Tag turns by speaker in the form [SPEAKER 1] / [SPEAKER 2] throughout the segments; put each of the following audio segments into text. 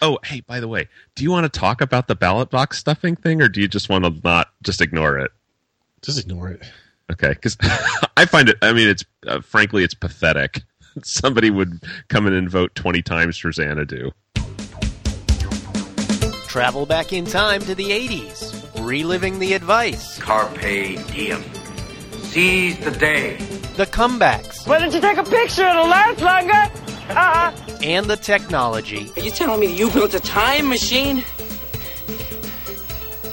[SPEAKER 1] Oh, hey, by the way, do you want to talk about the ballot box stuffing thing, or do you just want to not just ignore it?
[SPEAKER 2] Just ignore it.
[SPEAKER 1] Okay, because I find it. I mean, it's uh, frankly, it's pathetic. Somebody would come in and vote twenty times for Xanadu.
[SPEAKER 3] Travel back in time to the 80s, reliving the advice,
[SPEAKER 4] Carpe diem. Seize the day.
[SPEAKER 3] the comebacks,
[SPEAKER 5] Why don't you take a picture? It'll last longer. Uh-huh.
[SPEAKER 3] and the technology.
[SPEAKER 5] Are you telling me you built a time machine?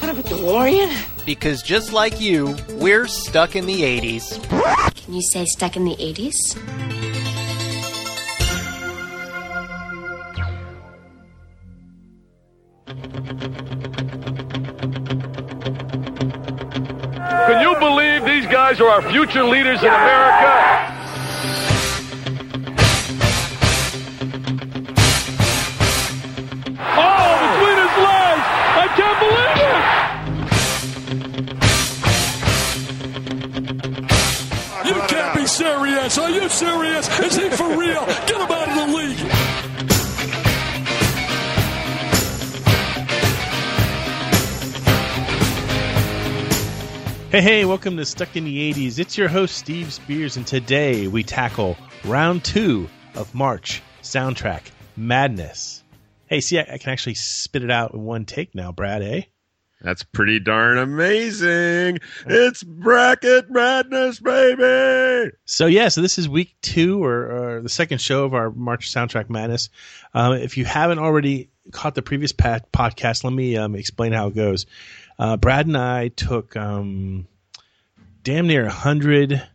[SPEAKER 5] Out of a DeLorean?
[SPEAKER 3] Because just like you, we're stuck in the 80s.
[SPEAKER 6] Can you say stuck in the 80s?
[SPEAKER 7] Can you believe these guys are our future leaders in
[SPEAKER 8] Oh,
[SPEAKER 7] America? Oh, between his legs! I can't believe it!
[SPEAKER 8] You can't be serious. Are you serious? Is he for real? Get him out of the league.
[SPEAKER 2] Hey, hey, welcome to Stuck in the 80s. It's your host, Steve Spears, and today we tackle round two of March soundtrack madness. Hey, see, I, I can actually spit it out in one take now, Brad, eh?
[SPEAKER 1] That's pretty darn amazing. It's bracket madness, baby.
[SPEAKER 2] So, yeah, so this is week two or, or the second show of our March soundtrack madness. Um, if you haven't already caught the previous pa- podcast, let me um, explain how it goes. Uh, Brad and I took um, damn near 100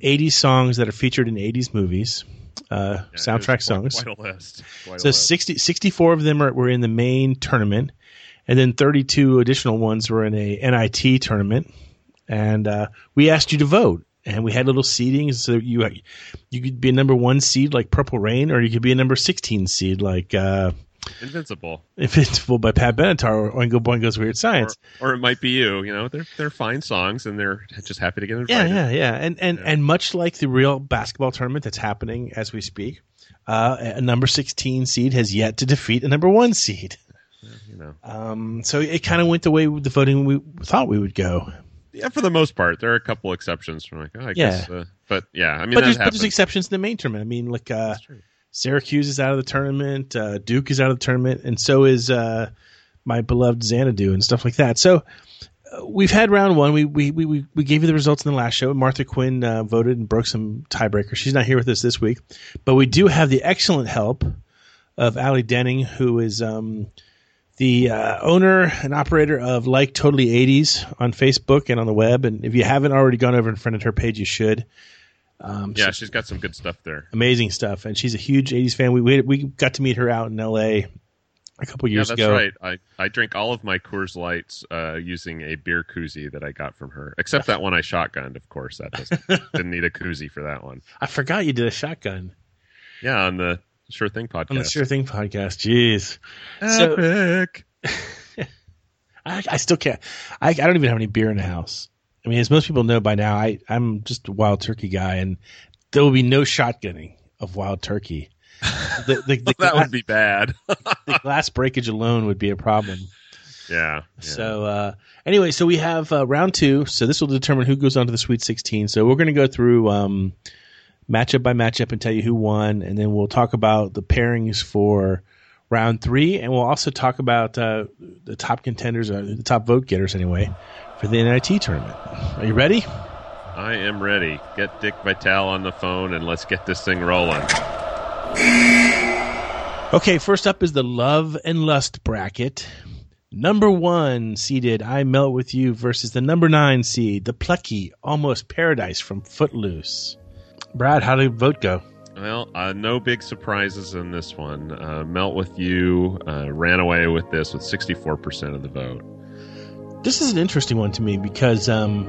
[SPEAKER 2] 80 songs that are featured in 80s movies, uh, soundtrack
[SPEAKER 1] It was
[SPEAKER 2] songs.
[SPEAKER 1] Quite, quite a list. Quite
[SPEAKER 2] So
[SPEAKER 1] a list.
[SPEAKER 2] 60, 64 of them are, were in the main tournament, and then 32 additional ones were in a NIT tournament. And uh, we asked you to vote, and we had little seedings. So you uh, you could be a number one seed like Purple Rain, or you could be a number 16 seed like uh,
[SPEAKER 1] invincible,
[SPEAKER 2] Invincible by Pat Benatar or Oingo Boingo's Weird
[SPEAKER 1] or,
[SPEAKER 2] Science.
[SPEAKER 1] or it might be you. You know, they're they're fine songs, and they're just happy to get
[SPEAKER 2] yeah,
[SPEAKER 1] invited.
[SPEAKER 2] yeah, yeah, and and and much like the real basketball tournament that's happening as we speak, uh, a number sixteen seed has yet to defeat a number one seed.
[SPEAKER 1] You know,
[SPEAKER 2] Um, so it kind of went the way the voting we thought we would go.
[SPEAKER 1] yeah. For the most part, there are a couple exceptions from like, oh, I guess. Uh, but yeah, I mean,
[SPEAKER 2] But
[SPEAKER 1] that
[SPEAKER 2] there's, but
[SPEAKER 1] happens.
[SPEAKER 2] there's exceptions to the main tournament. I mean, like uh,
[SPEAKER 1] true.
[SPEAKER 2] Syracuse is out of the tournament, uh, Duke is out of the tournament, and so is uh, my beloved Xanadu and stuff like that. So uh, we've had round one. We we we we we gave you the results in the last show. Martha Quinn uh, voted and broke some tiebreaker. She's not here with us this week, but we do have the excellent help of Allie Denning, who is. Um, the uh, owner and operator of Like Totally 80s on Facebook and on the web. And if you haven't already gone over and friended her page, you should.
[SPEAKER 1] yeah, she's got some good stuff there.
[SPEAKER 2] amazing stuff. And she's a huge '80s fan. We we, we got to meet her out in L.A. a couple years
[SPEAKER 1] yeah, that's
[SPEAKER 2] ago.
[SPEAKER 1] right. I, I drink all of my Coors Lights uh, using a beer koozie that I got from her, except that one I shotgunned, of course. That doesn't, didn't need a koozie for that one.
[SPEAKER 2] I forgot you did a shotgun
[SPEAKER 1] Yeah, on the Sure Thing podcast.
[SPEAKER 2] on the Sure Thing podcast. Jeez, so
[SPEAKER 1] Epic.
[SPEAKER 2] I, I still can't. I, I don't even have any beer in the house. I mean, as most people know by now, I I'm just a wild turkey guy, and there will be no shotgunning of wild turkey. The, the, the,
[SPEAKER 1] that
[SPEAKER 2] glass,
[SPEAKER 1] would be bad.
[SPEAKER 2] the glass breakage alone would be a problem.
[SPEAKER 1] yeah. yeah.
[SPEAKER 2] So uh, anyway, so we have uh, round two. So this will determine who goes on to the Sweet 16. So we're going to go through um, matchup by matchup and tell you who won, and then we'll talk about the pairings for round three, and we'll also talk about uh, the top contenders or the top vote getters anyway for the NIT tournament. Are you ready?
[SPEAKER 1] I am ready. Get Dick Vitale on the phone and let's get this thing rolling.
[SPEAKER 2] Okay, first up is the love and lust bracket. Number one seeded I Melt With You versus the number nine seed, the plucky Almost Paradise from Footloose. Brad, how did vote go?
[SPEAKER 1] Well, uh, no big surprises in this one. Uh, Melt with You uh, ran away with this with 64% of the vote.
[SPEAKER 2] This is an interesting one to me because um,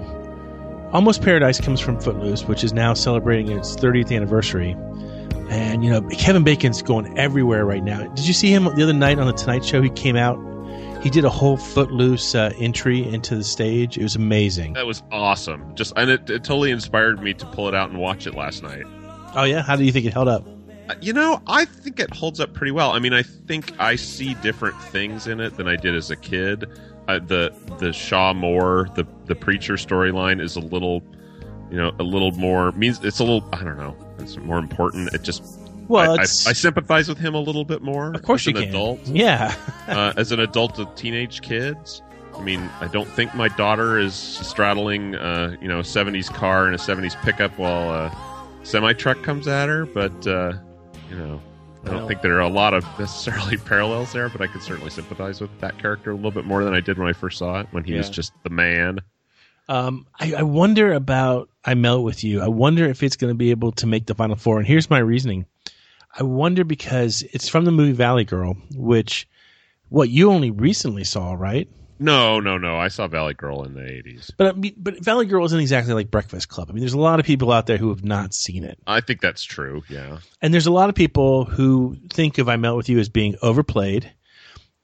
[SPEAKER 2] Almost Paradise comes from Footloose, which is now celebrating its 30th anniversary. And, you know, Kevin Bacon's going everywhere right now. Did you see him the other night on The Tonight Show? He came out, he did a whole Footloose uh, entry into the stage. It was amazing.
[SPEAKER 1] That was awesome. Just and it, it totally inspired me to pull it out and watch it last night. Uh,
[SPEAKER 2] Oh, yeah? How do you think it held up?
[SPEAKER 1] You know, I think it holds up pretty well. I mean, I think I see different things in it than I did as a kid. Uh, the the Shaw Moore, the the preacher storyline is a little, you know, a little more means it's a little. I don't know. It's more important. It just.
[SPEAKER 2] Well,
[SPEAKER 1] I, I, I
[SPEAKER 2] it's-
[SPEAKER 1] sympathize with him a little bit more.
[SPEAKER 2] Of course
[SPEAKER 1] as
[SPEAKER 2] you
[SPEAKER 1] an
[SPEAKER 2] can.
[SPEAKER 1] Adult,
[SPEAKER 2] Yeah.
[SPEAKER 1] uh, as an adult to teenage kids. I mean, I don't think my daughter is straddling, uh, you know, a '70s car and a '70s pickup while a semi truck comes at her. But uh, you know, I don't
[SPEAKER 2] Well.
[SPEAKER 1] think there are a lot of necessarily parallels there. But I can certainly sympathize with that character a little bit more than I did when I first saw it, when he was
[SPEAKER 2] Yeah.
[SPEAKER 1] just the man.
[SPEAKER 2] Um, I, I wonder about I melt with you. I wonder if it's going to be able to make the final four. And here's my reasoning. I wonder because it's from the movie Valley Girl, which what you only recently saw, right?
[SPEAKER 1] No, no, no. I saw Valley Girl in the '80s.
[SPEAKER 2] But I mean, but Valley Girl isn't exactly like Breakfast Club. I mean, there's a lot of people out there who have not seen it,
[SPEAKER 1] I think that's true. Yeah.
[SPEAKER 2] and there's a lot of people who think of I melt with you as being overplayed,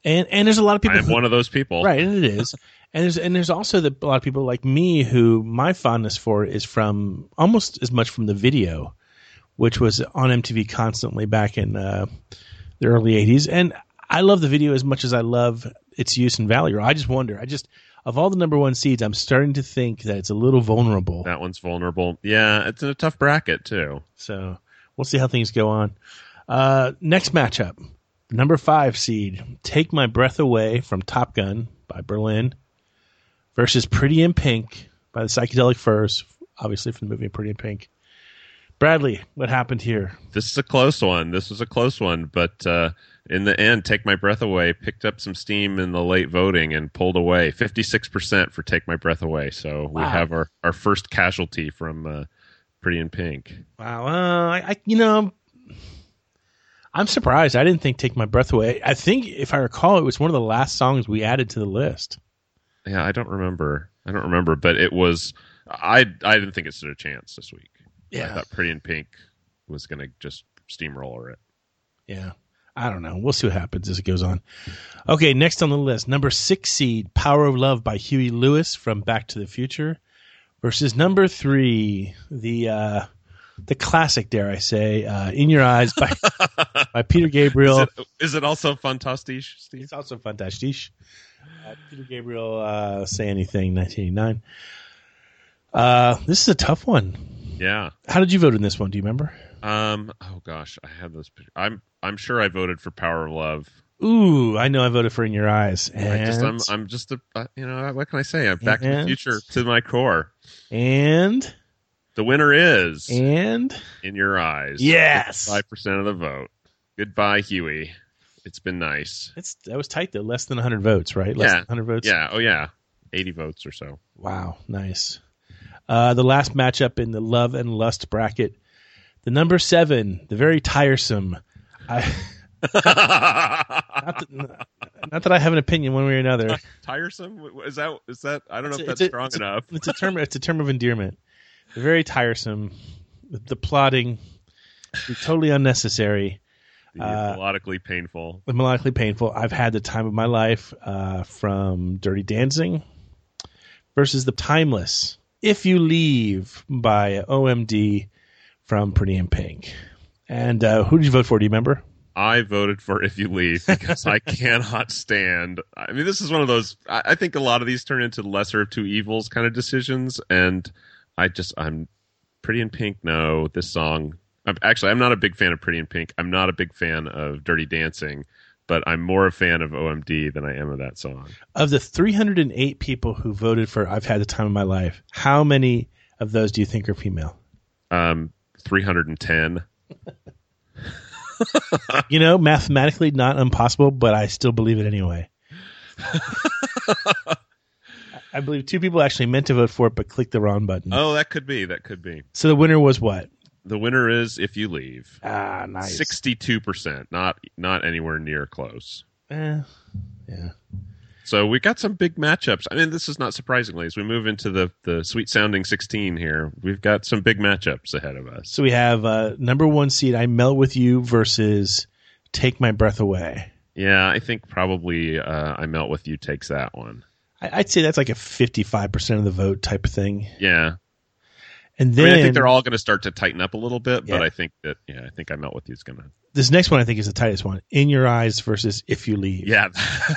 [SPEAKER 2] and and there's a lot of
[SPEAKER 1] I
[SPEAKER 2] people
[SPEAKER 1] am
[SPEAKER 2] who-
[SPEAKER 1] one of those people.
[SPEAKER 2] right and it is and there's and there's also the, a lot of people like me who my fondness for is from almost as much from the video which was on mtv constantly back in uh, the early 80s and i love the video as much as i love its use in value i just wonder i just of all the number one seeds i'm starting to think that it's a little vulnerable
[SPEAKER 1] That one's vulnerable. Yeah, it's in a tough bracket too.
[SPEAKER 2] so we'll see how things go on uh, next matchup number five seed take my breath away from top gun by berlin versus Pretty in Pink by the Psychedelic Furs, obviously from the movie Pretty in Pink. Bradley, what happened here?
[SPEAKER 1] this is a close one. This was a close one, but uh, in the end, Take My Breath Away picked up some steam in the late voting and pulled away 56% for Take My Breath Away. So we
[SPEAKER 2] Wow.
[SPEAKER 1] have our, our first casualty from uh, Pretty in Pink.
[SPEAKER 2] Wow, uh, I, I you know, I'm surprised. I didn't think Take My Breath Away. I think if I recall, it was one of the last songs we added to the list.
[SPEAKER 1] Yeah, I don't remember. I don't remember, but it was. I I didn't think it stood a chance this week. I
[SPEAKER 2] Yeah.
[SPEAKER 1] thought Pretty in Pink was going to just steamroller it.
[SPEAKER 2] Yeah. I don't know. We'll see what happens as it goes on. Okay, next on the list, number six seed, Power of Love by Huey Lewis from Back to the Future, versus number three, the uh, the classic, dare I say, uh, In Your Eyes by by Peter Gabriel.
[SPEAKER 1] Is it, is it also Fantastique, Steve?
[SPEAKER 2] It's also fantastic. Uh, Peter Gabriel, uh, say anything, nineteen eighty nine. Uh, this is a tough one.
[SPEAKER 1] Yeah.
[SPEAKER 2] How did you vote in this one? Do you remember?
[SPEAKER 1] Um. Oh gosh, I have this. pic- I'm I'm sure I voted for Power of Love.
[SPEAKER 2] Ooh, I know I voted for In Your Eyes.
[SPEAKER 1] I just, I'm,
[SPEAKER 2] and-
[SPEAKER 1] I'm just a, uh, you know, what can I say? I'm back to the
[SPEAKER 2] And-
[SPEAKER 1] future to my core.
[SPEAKER 2] and
[SPEAKER 1] The winner is
[SPEAKER 2] and
[SPEAKER 1] in your eyes.
[SPEAKER 2] Yes.
[SPEAKER 1] five percent of the vote. Goodbye, Huey. It's been nice.
[SPEAKER 2] It's that was tight though. Less than 100 votes, right? Less
[SPEAKER 1] Yeah.
[SPEAKER 2] than 100 votes.
[SPEAKER 1] Yeah. Oh yeah. Eighty votes or so.
[SPEAKER 2] Wow, nice. Uh, the last matchup in the love and lust bracket, the number seven, the very tiresome. I, not, that, not that I have an opinion one way or another.
[SPEAKER 1] Tiresome? W- Is that? Is that? I don't know
[SPEAKER 2] It's a-
[SPEAKER 1] if
[SPEAKER 2] it's
[SPEAKER 1] that's
[SPEAKER 2] a-
[SPEAKER 1] strong
[SPEAKER 2] it's a-
[SPEAKER 1] enough.
[SPEAKER 2] It's a term. It's a term of endearment. The very tiresome, the, the plotting, the totally unnecessary. uh,
[SPEAKER 1] It's melodically painful.
[SPEAKER 2] the melodically painful. I've had the time of my life uh, from Dirty Dancing versus the Timeless. If you leave by OMD from Pretty in Pink. And uh, who did you vote for? Do you remember?
[SPEAKER 1] I voted for If You Leave because I cannot stand. I mean, this is one of those. I, I think a lot of these turn into lesser of two evils kind of decisions, and I just I'm Pretty in Pink. No, this song. I'm, actually, I'm not a big fan of Pretty in Pink. I'm not a big fan of Dirty Dancing, but I'm more a fan of OMD than I am of that song.
[SPEAKER 2] Of the 308 people who voted for I've had the time of my life, how many of those do you think are female?
[SPEAKER 1] Um, 310.
[SPEAKER 2] You know, mathematically not impossible, but I still believe it anyway. I believe two people actually meant to vote for it, but clicked the wrong button.
[SPEAKER 1] Oh, that could be. That could be.
[SPEAKER 2] So the winner was what?
[SPEAKER 1] The winner is If You Leave.
[SPEAKER 2] Ah, nice.
[SPEAKER 1] Sixty-two percent. Not not anywhere near close.
[SPEAKER 2] Eh, yeah.
[SPEAKER 1] So we got some big matchups. I mean, this is not surprisingly as we move into the the sweet sounding 16 here. We've got some big matchups ahead of us.
[SPEAKER 2] So we have uh, number one seed, I Melt With You versus Take My Breath Away.
[SPEAKER 1] Yeah, I think probably uh, I melt with you takes that one.
[SPEAKER 2] I- I'd say that's like a 55% of the vote type of thing.
[SPEAKER 1] Yeah,
[SPEAKER 2] And
[SPEAKER 1] I
[SPEAKER 2] then
[SPEAKER 1] mean, I think they're all going to start to tighten up a little bit, but
[SPEAKER 2] Yeah.
[SPEAKER 1] I think that yeah, I think I'm out with you. Is going to
[SPEAKER 2] this next one I think is the tightest one. In your eyes versus if you leave.
[SPEAKER 1] yeah,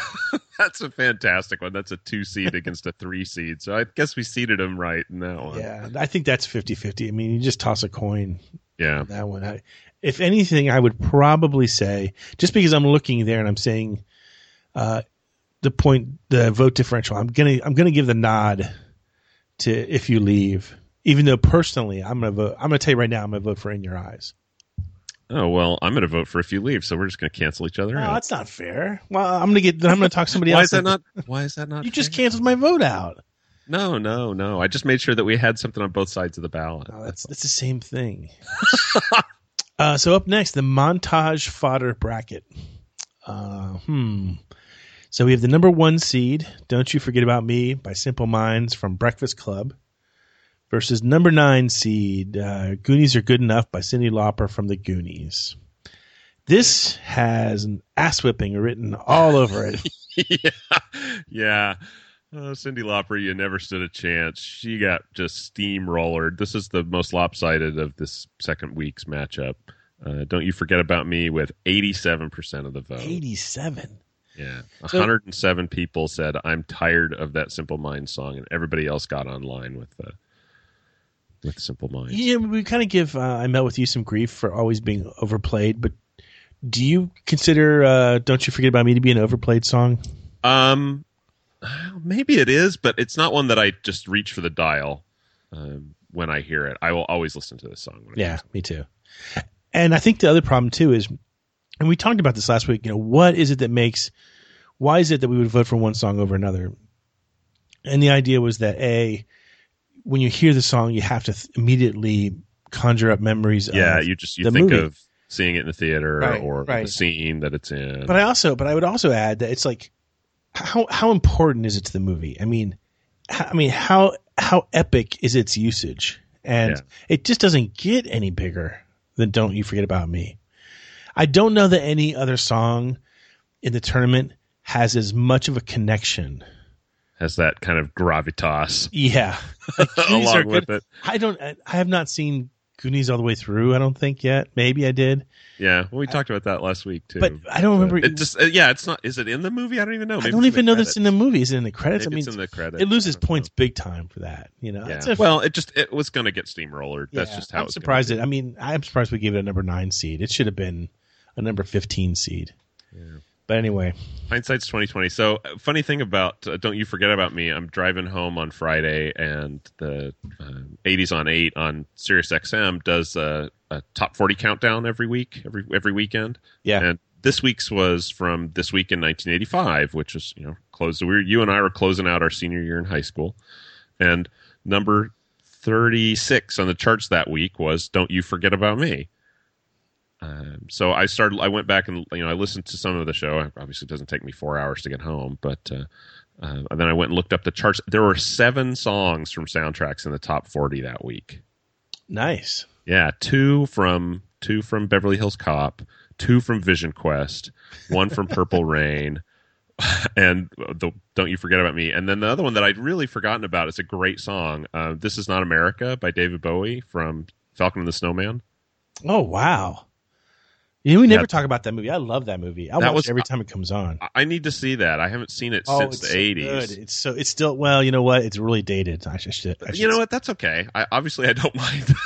[SPEAKER 1] that's a fantastic one. That's a two seed against a three seed. So I guess we seeded them right in that one.
[SPEAKER 2] Yeah, I think that's 50-50. I mean, you just toss a coin
[SPEAKER 1] yeah.
[SPEAKER 2] on that one. I, if anything, I would probably say just because I'm looking there and I'm saying uh, the point, the vote differential. I'm gonna I'm gonna give the nod to if you leave, even though personally I'm gonna vote. I'm gonna tell you right now I'm gonna vote for In Your Eyes.
[SPEAKER 1] Oh well, I'm going to vote for if you leave. So we're just going to cancel each other
[SPEAKER 2] No,
[SPEAKER 1] out.
[SPEAKER 2] Oh, that's not fair. Well, I'm gonna get. I'm gonna talk somebody
[SPEAKER 1] Why
[SPEAKER 2] else.
[SPEAKER 1] is that not? Why is that not?
[SPEAKER 2] You just
[SPEAKER 1] fair?
[SPEAKER 2] canceled my vote out.
[SPEAKER 1] No, no, no. I just made sure that we had something on both sides of the ballot.
[SPEAKER 2] No, that's that's the same thing. uh, so up next, the montage fodder bracket. Uh, hmm. So we have the number one seed, "Don't You Forget About Me" by Simple Minds from Breakfast Club, versus number nine seed, uh, "Goonies Are Good Enough" by Cindy Lauper from the Goonies. This has an ass whipping written all over it.
[SPEAKER 1] yeah, yeah. Oh, Cindy Lauper, you never stood a chance. She got just steamrollered. This is the most lopsided of this second week's matchup. Uh, don't you forget about me with 87% of the vote.
[SPEAKER 2] Eighty-seven.
[SPEAKER 1] Yeah.
[SPEAKER 2] So-
[SPEAKER 1] 107 people said, I'm tired of that Simple Minds song, and everybody else got online with uh, with Simple Minds.
[SPEAKER 2] Yeah, we kind of give uh, I Met With You some grief for always being overplayed, but do you consider uh, Don't You Forget About Me to be an overplayed song?
[SPEAKER 1] Um, maybe it is, but it's not one that I just reach for the dial um, when I hear it. I will always listen to this song. When I
[SPEAKER 2] Yeah, me too. And I think the other problem too is, and we talked about this last week, you know, what is it that makes, why is it that we would vote for one song over another? And the idea was that A, when you hear the song, you have to th- immediately conjure up memories
[SPEAKER 1] yeah.
[SPEAKER 2] of
[SPEAKER 1] You just you
[SPEAKER 2] um, the
[SPEAKER 1] think
[SPEAKER 2] movie.
[SPEAKER 1] of seeing it in the theater
[SPEAKER 2] Right,
[SPEAKER 1] or
[SPEAKER 2] right.
[SPEAKER 1] the scene that it's in.
[SPEAKER 2] But I also, but I would also add that it's like, how how important is it to the movie? I mean, how, I mean how how epic is its usage? And
[SPEAKER 1] Yeah.
[SPEAKER 2] it just doesn't get any bigger than "Don't You Forget About Me." I don't know that any other song in the tournament has as much of a connection.
[SPEAKER 1] has that kind of gravitas
[SPEAKER 2] Yeah, Goonies are
[SPEAKER 1] along
[SPEAKER 2] good.
[SPEAKER 1] with it.
[SPEAKER 2] I don't. I I have not seen Goonies all the way through. I don't think yet. Maybe I did,
[SPEAKER 1] Yeah, well, we talked about that last week too.
[SPEAKER 2] but I don't remember.
[SPEAKER 1] It just uh, yeah, it's not. Is it in the movie? I don't even know.
[SPEAKER 2] I don't even know that's in the movie. Is it in the
[SPEAKER 1] Maybe
[SPEAKER 2] credits? I mean,
[SPEAKER 1] it's in the credits.
[SPEAKER 2] it loses
[SPEAKER 1] I don't know.
[SPEAKER 2] points big time for that. You know,
[SPEAKER 1] Yeah.
[SPEAKER 2] It's a-
[SPEAKER 1] well, it just it was going to get steamrollered. That's
[SPEAKER 2] yeah,
[SPEAKER 1] just how
[SPEAKER 2] I'm
[SPEAKER 1] it's gonna
[SPEAKER 2] surprised.
[SPEAKER 1] be.
[SPEAKER 2] It. I mean, I'm surprised we gave it a number nine seed. It should have been a number fifteen seed. But anyway,
[SPEAKER 1] hindsight's 2020 so uh, funny thing about uh, don't you forget about me i'm driving home on friday and the um 80s on 8 on sirius xm does uh, a top 40 countdown every week every every weekend
[SPEAKER 2] yeah,
[SPEAKER 1] and this week's was from this week in 1985 which was you know close we were you and i were closing out our senior year in high school and number 36 on the charts that week was don't you forget about me um, so I started. I went back and you know I listened to some of the show. Obviously, it doesn't take me four hours to get home, but uh, uh, and then I went and looked up the charts. There were seven songs from soundtracks in the top forty that week.
[SPEAKER 2] nice.
[SPEAKER 1] Yeah, two from two from Beverly Hills Cop, two from Vision Quest, one from Purple Rain, and uh, the Don't You Forget About Me. And then the other one that I'd really forgotten about. It's a great song. Uh, this is Not America by David Bowie from Falcon and the Snowman.
[SPEAKER 2] Oh wow. You know, we never
[SPEAKER 1] Yeah.
[SPEAKER 2] talk about that movie. I love that movie. I
[SPEAKER 1] That
[SPEAKER 2] watch
[SPEAKER 1] was-
[SPEAKER 2] it every time it comes on.
[SPEAKER 1] I- I need to see that. I haven't seen it since the
[SPEAKER 2] so
[SPEAKER 1] eighties.
[SPEAKER 2] good. Oh, It's so it's still well. You know what? It's really dated. I should. I should
[SPEAKER 1] you know what? That's okay. I obviously I don't mind that.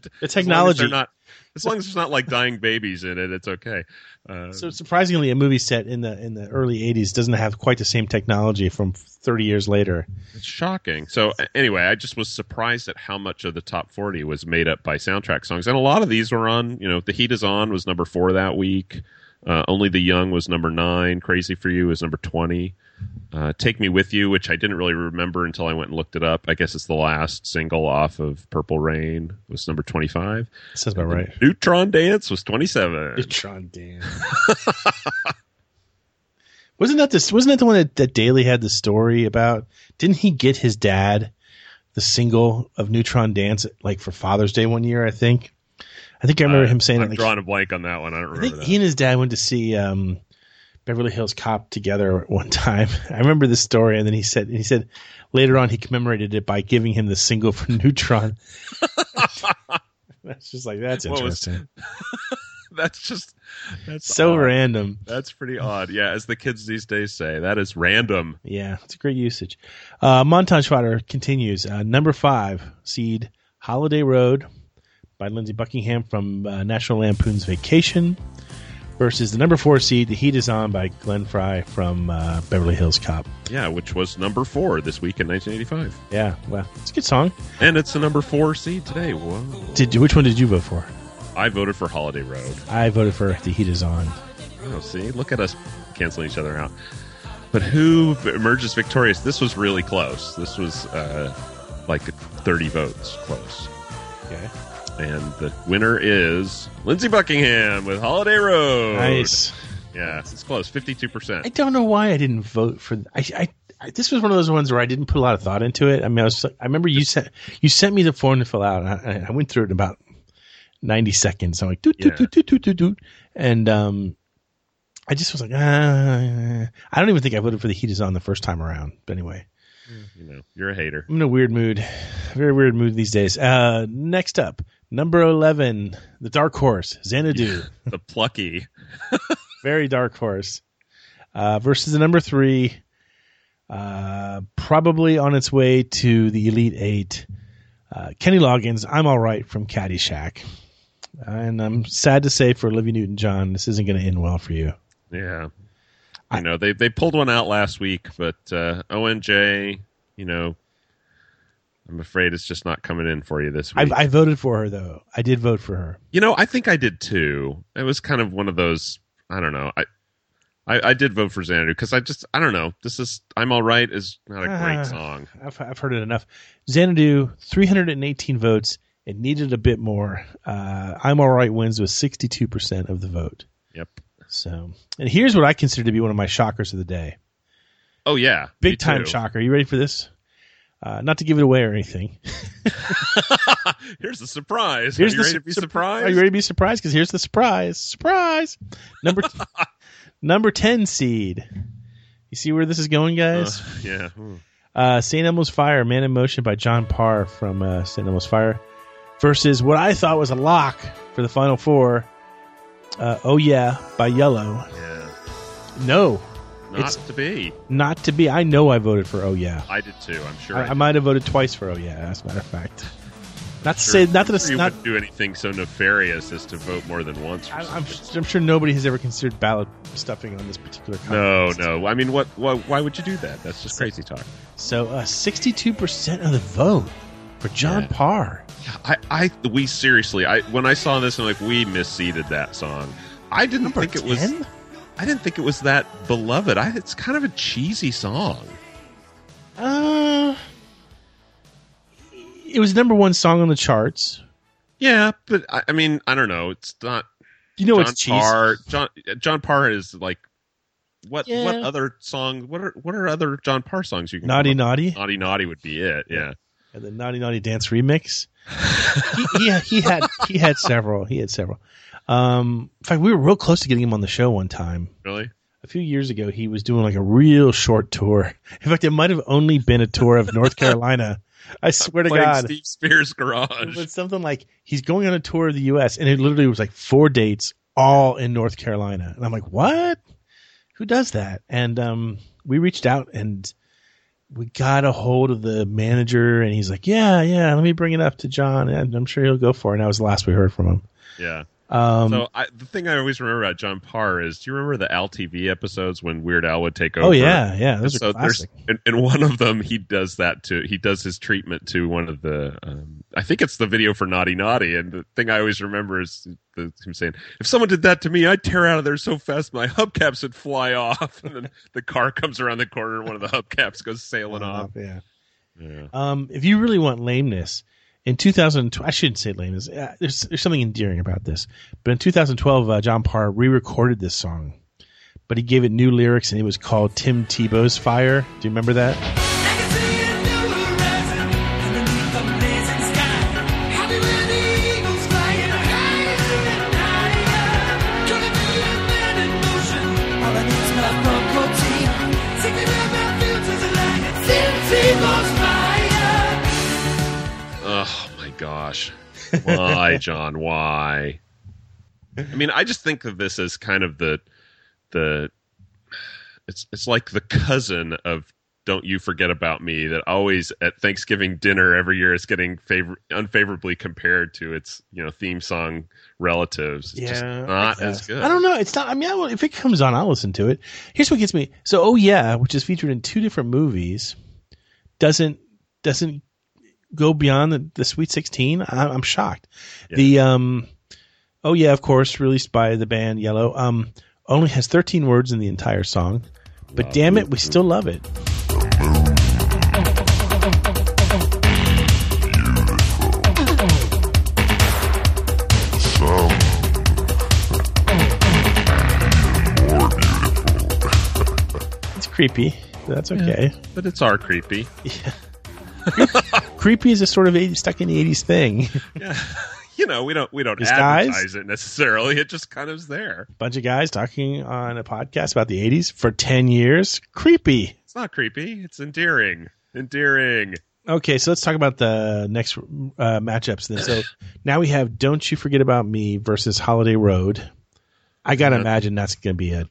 [SPEAKER 2] The
[SPEAKER 1] As long as
[SPEAKER 2] technology.
[SPEAKER 1] they're not as long as there's not like dying babies in it, it's okay. Uh,
[SPEAKER 2] so surprisingly, a movie set in the in the early '80s doesn't have quite the same technology from 30 years later.
[SPEAKER 1] it's shocking. So a- anyway, I just was surprised at how much of the top forty was made up by soundtrack songs, and a lot of these were on. You know, "The Heat Is On" was number four that week. Uh, "Only the Young" was number nine. "Crazy for You" was number twenty. Uh, "Take Me with You," which I didn't really remember until I went and looked it up. I guess it's the last single off of "Purple Rain" was number twenty-five.
[SPEAKER 2] Sounds about right.
[SPEAKER 1] Neutron Dance was 27.
[SPEAKER 2] Neutron Dan. wasn't that this? Wasn't that the one that, that Daly had the story about? Didn't he get his dad the single of Neutron Dance like for Father's Day one year? I think. I think I remember him saying
[SPEAKER 1] I'm
[SPEAKER 2] that. Uh, Like,
[SPEAKER 1] drawing a blank on that one. I don't
[SPEAKER 2] I
[SPEAKER 1] remember
[SPEAKER 2] think
[SPEAKER 1] that.
[SPEAKER 2] he and his dad went to see um, Beverly Hills Cop together at one time. I remember this story, and then he said he said later on he commemorated it by giving him the single for Neutron. that's just like that's
[SPEAKER 1] What was-
[SPEAKER 2] interesting.
[SPEAKER 1] That's just that's
[SPEAKER 2] so
[SPEAKER 1] odd.
[SPEAKER 2] random.
[SPEAKER 1] That's pretty odd. Yeah, as the kids these days say, that is random.
[SPEAKER 2] Yeah, it's a great usage. Uh, montage fodder continues. Uh, number five seed Holiday Road by Lindsey Buckingham from uh, National Lampoon's Vacation versus the number four seed The Heat Is On by Glenn Fry from uh, Beverly Hills Cop.
[SPEAKER 1] Yeah, which was number four this week in 1985,
[SPEAKER 2] Yeah, well, it's a good song.
[SPEAKER 1] and it's the number four seed today. Whoa!
[SPEAKER 2] Did you, which one did you vote for?
[SPEAKER 1] I voted for Holiday Road.
[SPEAKER 2] I voted for The Heat Is On.
[SPEAKER 1] Oh, see, look at us canceling each other out. But who emerges victorious? This was really close. This was uh, like 30 votes close.
[SPEAKER 2] Okay,
[SPEAKER 1] And the winner is Lindsey Buckingham with Holiday Road.
[SPEAKER 2] nice.
[SPEAKER 1] Yeah, it's close. 52%.
[SPEAKER 2] I don't know why I didn't vote for. th- I, I, I this was one of those ones where I didn't put a lot of thought into it. I mean, I was. I remember you sent you sent me the form to fill out, and I, I went through it in about ninety seconds. I'm like, doot doot
[SPEAKER 1] Yeah.
[SPEAKER 2] doot doot doot doot, doot. and um, I just was like, ah. I don't even think I voted for the heat is on the first time around. But anyway,
[SPEAKER 1] you know, you're a hater.
[SPEAKER 2] I'm in a weird mood, very weird mood these days. Uh, next up, number eleven, the dark horse, Xanadu.
[SPEAKER 1] The plucky.
[SPEAKER 2] very dark horse uh, versus the number three uh, probably on its way to the elite eight uh, kenny loggins i'm all right from caddyshack and i'm sad to say for olivia newton-john this isn't going to end well for you
[SPEAKER 1] Yeah.
[SPEAKER 2] I-
[SPEAKER 1] You know, they, they pulled one out last week, but uh, ONJ, you know, I'm afraid it's just not coming in for you this
[SPEAKER 2] I,
[SPEAKER 1] week.
[SPEAKER 2] I voted for her though i did vote for her
[SPEAKER 1] You know, I think I did too. It was kind of one of those. I don't know. I I, I did vote for Xanadu because I just I don't know. This is I'm all right is not a
[SPEAKER 2] Ah.
[SPEAKER 1] great song.
[SPEAKER 2] I've, I've heard it enough xanadu 318 votes it needed a bit more uh, i'm all right wins with 62% of the vote
[SPEAKER 1] Yep.
[SPEAKER 2] so and here's what i consider to be one of my shockers of the day
[SPEAKER 1] Oh yeah, me
[SPEAKER 2] big time
[SPEAKER 1] too.
[SPEAKER 2] shocker. You ready for this? Uh, not to give it away or anything.
[SPEAKER 1] Here's the surprise.
[SPEAKER 2] Here's
[SPEAKER 1] Are you
[SPEAKER 2] the
[SPEAKER 1] ready
[SPEAKER 2] su-
[SPEAKER 1] to be
[SPEAKER 2] surpri-
[SPEAKER 1] surprised?
[SPEAKER 2] Are you ready to be surprised? Because here's the surprise. Surprise. Number number ten seed. You see where this is going,
[SPEAKER 1] Uh,
[SPEAKER 2] guys?
[SPEAKER 1] yeah. Hmm.
[SPEAKER 2] Uh, St. Elmo's Fire, Man in Motion by John Parr from uh, St. Elmo's Fire, versus what I thought was a lock for the Final Four. Uh, oh yeah, by Yellow.
[SPEAKER 1] Yeah.
[SPEAKER 2] No,
[SPEAKER 1] Not
[SPEAKER 2] It's-
[SPEAKER 1] to be.
[SPEAKER 2] not to be. I know I voted for Oh yeah.
[SPEAKER 1] I did too. I'm sure.
[SPEAKER 2] I,
[SPEAKER 1] I
[SPEAKER 2] I
[SPEAKER 1] did.
[SPEAKER 2] might have voted twice for oh yeah, as a matter of fact. Not to
[SPEAKER 1] Sure.
[SPEAKER 2] say, not that it's
[SPEAKER 1] you
[SPEAKER 2] not.
[SPEAKER 1] wouldn't do anything so nefarious as to vote more than once. for
[SPEAKER 2] I, I'm,
[SPEAKER 1] something.
[SPEAKER 2] I'm sure nobody has ever considered ballot stuffing on this particular.
[SPEAKER 1] no,
[SPEAKER 2] contest.
[SPEAKER 1] no. I mean, what, what? Why would you do that? That's just crazy talk.
[SPEAKER 2] So, uh, 62% of the vote for John
[SPEAKER 1] Yeah.
[SPEAKER 2] Parr.
[SPEAKER 1] I, I we seriously I when I saw this I'm like we misseeded that song. I didn't
[SPEAKER 2] Number
[SPEAKER 1] think it was
[SPEAKER 2] 10?
[SPEAKER 1] I didn't think it was that beloved. I, it's kind of a cheesy song.
[SPEAKER 2] Uh, it was number one song on the charts.
[SPEAKER 1] Yeah, but I, I mean I don't know. It's not
[SPEAKER 2] You know,
[SPEAKER 1] John
[SPEAKER 2] it's cheesy.
[SPEAKER 1] Parr. John John Parr is like what
[SPEAKER 2] Yeah.
[SPEAKER 1] what other song? What are what are other John Parr songs you can
[SPEAKER 2] Naughty
[SPEAKER 1] come up-
[SPEAKER 2] Naughty
[SPEAKER 1] naughty naughty would be it. Yeah,
[SPEAKER 2] and the Naughty Naughty Dance remix. he, he, he had he had several. He had several. Um, in fact, we were real close to getting him on the show one time.
[SPEAKER 1] really.
[SPEAKER 2] a few years ago he was doing like a real short tour. In fact, it might have only been a tour of North Carolina. I swear to
[SPEAKER 1] Playing
[SPEAKER 2] God.
[SPEAKER 1] Steve Spears
[SPEAKER 2] It
[SPEAKER 1] Garage.
[SPEAKER 2] was something like he's going on a tour of the US and it literally was like four dates all in North Carolina. And I'm like, "What? Who does that?" And um we reached out and we got a hold of the manager and he's like, "Yeah, yeah, let me bring it up to John and I'm sure he'll go for it." And that was the last we heard from him.
[SPEAKER 1] yeah.
[SPEAKER 2] Um
[SPEAKER 1] So I, the thing I always remember about John Parr is, do you remember the Al TV episodes when Weird Al would take over?
[SPEAKER 2] Oh yeah, yeah, those
[SPEAKER 1] so
[SPEAKER 2] are
[SPEAKER 1] there's
[SPEAKER 2] classic.
[SPEAKER 1] and, and one of them he does that to he does his treatment to one of the um, I think it's the video for Naughty Naughty and the thing I always remember is the, him saying if someone did that to me I'd tear out of there so fast my hubcaps would fly off and then the car comes around the corner and one of the hubcaps goes sailing off
[SPEAKER 2] yeah.
[SPEAKER 1] yeah
[SPEAKER 2] Um, if you really want lameness, in 2012, I shouldn't say lameness. Uh, there's there's something endearing about this. But in 2012, uh, John Parr re-recorded this song, but he gave it new lyrics, and it was called Tim Tebow's Fire. Do you remember that?
[SPEAKER 9] All I need is my
[SPEAKER 1] why, John? Why? I mean, I just think of this as kind of the the it's it's like the cousin of "Don't You Forget About Me" that always at Thanksgiving dinner every year is getting favor- unfavorably compared to its you know theme song relatives. It's just
[SPEAKER 2] Yeah,
[SPEAKER 1] not as good.
[SPEAKER 2] I don't know. It's not. I mean, I will, if it comes on, I'll listen to it. Here's what gets me. So, oh yeah, which is featured in two different movies, doesn't doesn't go beyond the, the Sweet Sixteen. I, I'm shocked. The um, oh yeah, of course, released by the band Yellow. Um, only has 13 words in the entire song, but damn it, we still love it. It's creepy. but That's okay.
[SPEAKER 1] But it's our creepy.
[SPEAKER 2] Creepy is a sort of 80, stuck in the 80s thing.
[SPEAKER 1] You know, we don't we don't
[SPEAKER 2] Disguise?
[SPEAKER 1] advertise it necessarily. It just kind of is there.
[SPEAKER 2] bunch of guys talking on a podcast about the 80s for 10 years. Creepy.
[SPEAKER 1] It's not creepy. It's endearing. Endearing.
[SPEAKER 2] Okay, so let's talk about the next uh, matchups then. So now we have Don't You Forget About Me versus Holiday Road. I got to imagine that's going to be a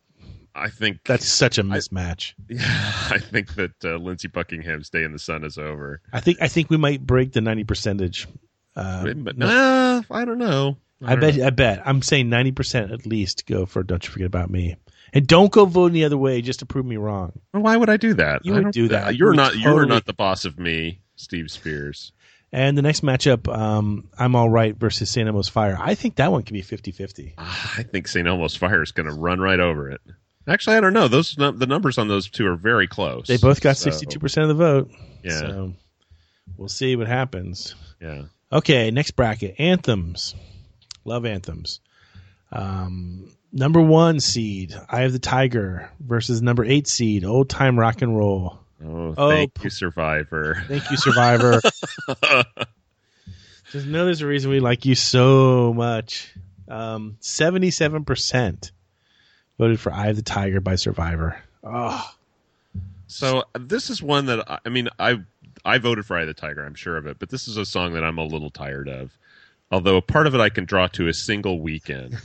[SPEAKER 1] I think
[SPEAKER 2] that's such a mismatch.
[SPEAKER 1] I think that uh, Lindsey Buckingham's Day in the Sun is over.
[SPEAKER 2] I think I think we might break the 90 percentage. uh,
[SPEAKER 1] but nah, I don't know.
[SPEAKER 2] Um, I,
[SPEAKER 1] don't
[SPEAKER 2] bet
[SPEAKER 1] know.
[SPEAKER 2] I bet I'm saying 90% at least go for Don't You Forget About Me. And don't go voting the other way just to prove me wrong.
[SPEAKER 1] Well, Why would I do that?
[SPEAKER 2] You
[SPEAKER 1] I
[SPEAKER 2] would
[SPEAKER 1] don't-
[SPEAKER 2] do that.
[SPEAKER 1] uh, You're
[SPEAKER 2] You
[SPEAKER 1] not.
[SPEAKER 2] would
[SPEAKER 1] You're
[SPEAKER 2] totally-
[SPEAKER 1] not the boss of me, Steve Spears.
[SPEAKER 2] And the next matchup, um, I'm All Right versus San Amos Fire. I think that one could be 50 50.
[SPEAKER 1] Ah, I think St. Elmo's Fire is going to run right over it. Actually, I don't know. Those num- the numbers on those two are very close.
[SPEAKER 2] They both got
[SPEAKER 1] So,
[SPEAKER 2] 62% of the vote.
[SPEAKER 1] Yeah.
[SPEAKER 2] So we'll see what happens.
[SPEAKER 1] Yeah.
[SPEAKER 2] Okay, next bracket anthems. Love anthems. Um, number one seed, Eye of the Tiger versus number eight seed, Old Time Rock and Roll.
[SPEAKER 1] Oh,
[SPEAKER 2] Oh,
[SPEAKER 1] thank
[SPEAKER 2] p-
[SPEAKER 1] you, Survivor.
[SPEAKER 2] Thank you, Survivor. Just know there's a reason we like you so much. Um, 77% voted for Eye of the Tiger by Survivor. Oh,
[SPEAKER 1] So this is one that I, I mean I I voted for Eye of the Tiger, I'm sure of it, but this is a song that I'm a little tired of. Although a part of it I can draw to a single weekend.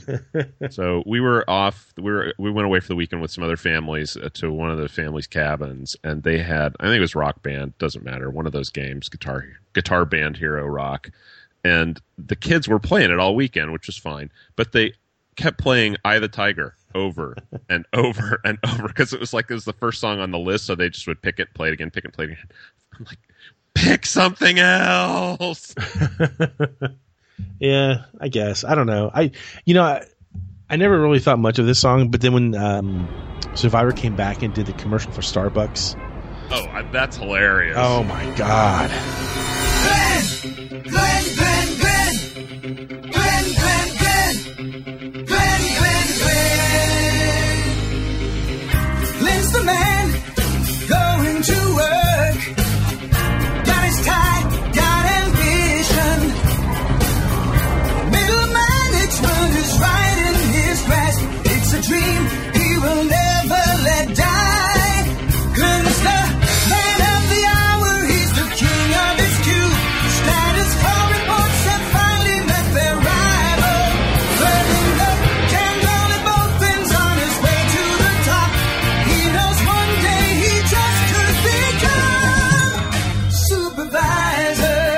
[SPEAKER 1] so we were off we were we went away for the weekend with some other families uh, to one of the families' cabins and they had I think it was rock band, doesn't matter, one of those games, guitar guitar band hero rock. And the kids were playing it all weekend, which was fine. But they kept playing Eye of the Tiger over and over and over because it was like it was the first song on the list, so they just would pick it, play it again, pick it, play it again. I'm like, pick something else.
[SPEAKER 2] yeah, I guess. I don't know. I, you know, I, I never really thought much of this song, but then when um, Survivor came back and did the commercial for Starbucks,
[SPEAKER 1] Oh, I- that's hilarious.
[SPEAKER 2] oh my God.
[SPEAKER 9] Lynn's the man going to work. Got his tie, got ambition. Middle management is right in his grasp. It's a dream he will never let die. Glenn's the man of the hour. He's the king of his cue. Status quo reports have finally met their rival. Burning the candle at both ends on his way to the top. He knows one day he just could become supervisor.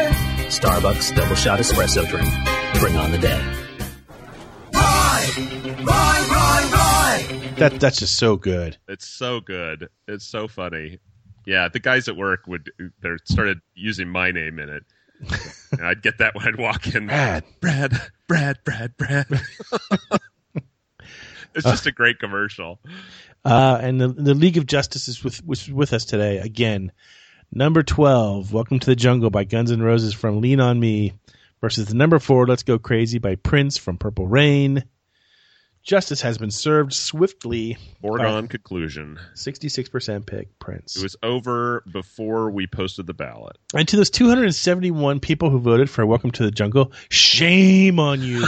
[SPEAKER 10] Starbucks double shot espresso drink. Bring on the day.
[SPEAKER 9] Roy! Roy, Roy, Roy!
[SPEAKER 2] That That's just so good.
[SPEAKER 1] It's so good. It's so funny. Yeah, the guys at work would they started using my name in it. and I'd get that when I'd walk in.
[SPEAKER 2] Brad.
[SPEAKER 1] Brad, Brad, Brad, Brad. it's just a great commercial.
[SPEAKER 2] Uh, and the, the League of Justice is with was with us today again. Number twelve, "Welcome to the Jungle" by Guns N' Roses from "Lean on Me," versus the number four, "Let's Go Crazy" by Prince from Purple Rain. Justice has been served swiftly.
[SPEAKER 1] Foregone conclusion.
[SPEAKER 2] Sixty-six percent pick Prince.
[SPEAKER 1] It was over before we posted the ballot.
[SPEAKER 2] and to those two hundred and seventy-one people who voted for "Welcome to the Jungle," shame on you.